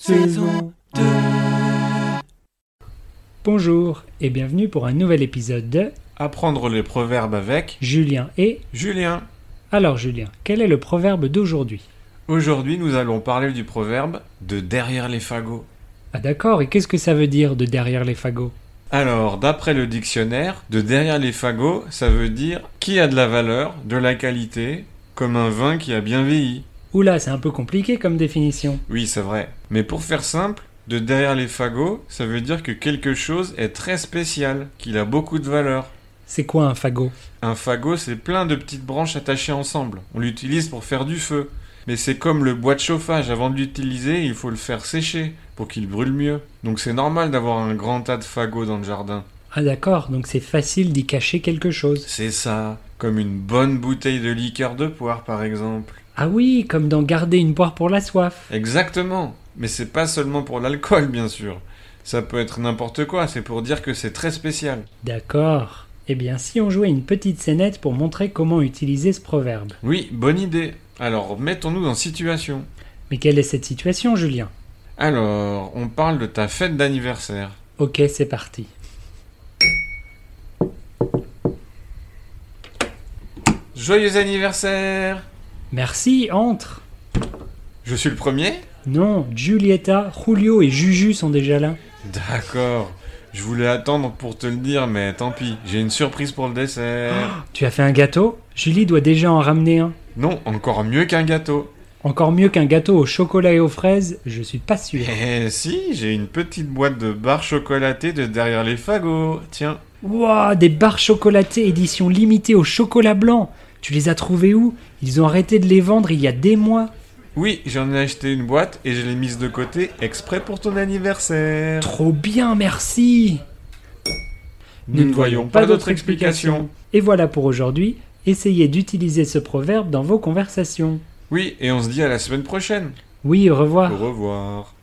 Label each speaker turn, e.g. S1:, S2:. S1: saison 2.
S2: Bonjour et bienvenue pour un nouvel épisode de
S1: Apprendre les proverbes avec
S2: Julien et...
S1: Julien.
S2: Alors Julien, quel est le proverbe d'aujourd'hui
S1: Aujourd'hui, nous allons parler du proverbe de derrière les fagots.
S2: Ah d'accord, et qu'est-ce que ça veut dire de derrière les fagots
S1: Alors, d'après le dictionnaire, de derrière les fagots, ça veut dire qui a de la valeur, de la qualité, comme un vin qui a bien vieilli.
S2: Oula, c'est un peu compliqué comme définition.
S1: Oui, c'est vrai. Mais pour faire simple, de derrière les fagots, ça veut dire que quelque chose est très spécial, qu'il a beaucoup de valeur.
S2: C'est quoi un fagot
S1: Un fagot, c'est plein de petites branches attachées ensemble. On l'utilise pour faire du feu. Mais c'est comme le bois de chauffage, avant de l'utiliser, il faut le faire sécher pour qu'il brûle mieux. Donc c'est normal d'avoir un grand tas de fagots dans le jardin.
S2: Ah d'accord, donc c'est facile d'y cacher quelque chose.
S1: C'est ça, comme une bonne bouteille de liqueur de poire par exemple.
S2: Ah oui, comme d'en garder une poire pour la soif.
S1: Exactement, mais c'est pas seulement pour l'alcool bien sûr. Ça peut être n'importe quoi, c'est pour dire que c'est très spécial.
S2: D'accord. Eh bien, si on jouait une petite scénette pour montrer comment utiliser ce proverbe.
S1: Oui, bonne idée. Alors mettons-nous en situation.
S2: Mais quelle est cette situation, Julien
S1: Alors, on parle de ta fête d'anniversaire.
S2: Ok, c'est parti.
S1: Joyeux anniversaire
S2: Merci, entre
S1: Je suis le premier
S2: Non, Giulietta, Julio et Juju sont déjà là.
S1: D'accord. Je voulais attendre pour te le dire, mais tant pis. J'ai une surprise pour le dessert.
S2: Tu as fait un gâteau Julie doit déjà en ramener un.
S1: Non, encore mieux qu'un gâteau.
S2: Encore mieux qu'un gâteau au chocolat et aux fraises, je suis pas sûr.
S1: Eh si, j'ai une petite boîte de barres chocolatées de derrière les fagots. Tiens.
S2: Ouah, des barres chocolatées édition limitée au chocolat blanc. Tu les as trouvées où Ils ont arrêté de les vendre il y a des mois.
S1: Oui, j'en ai acheté une boîte et je l'ai mise de côté exprès pour ton anniversaire.
S2: Trop bien, merci.
S1: Nous ne voyons pas d'autre explication.
S2: Et voilà pour aujourd'hui. Essayez d'utiliser ce proverbe dans vos conversations.
S1: Oui, et on se dit à la semaine prochaine.
S2: Oui, au revoir.
S1: Au revoir.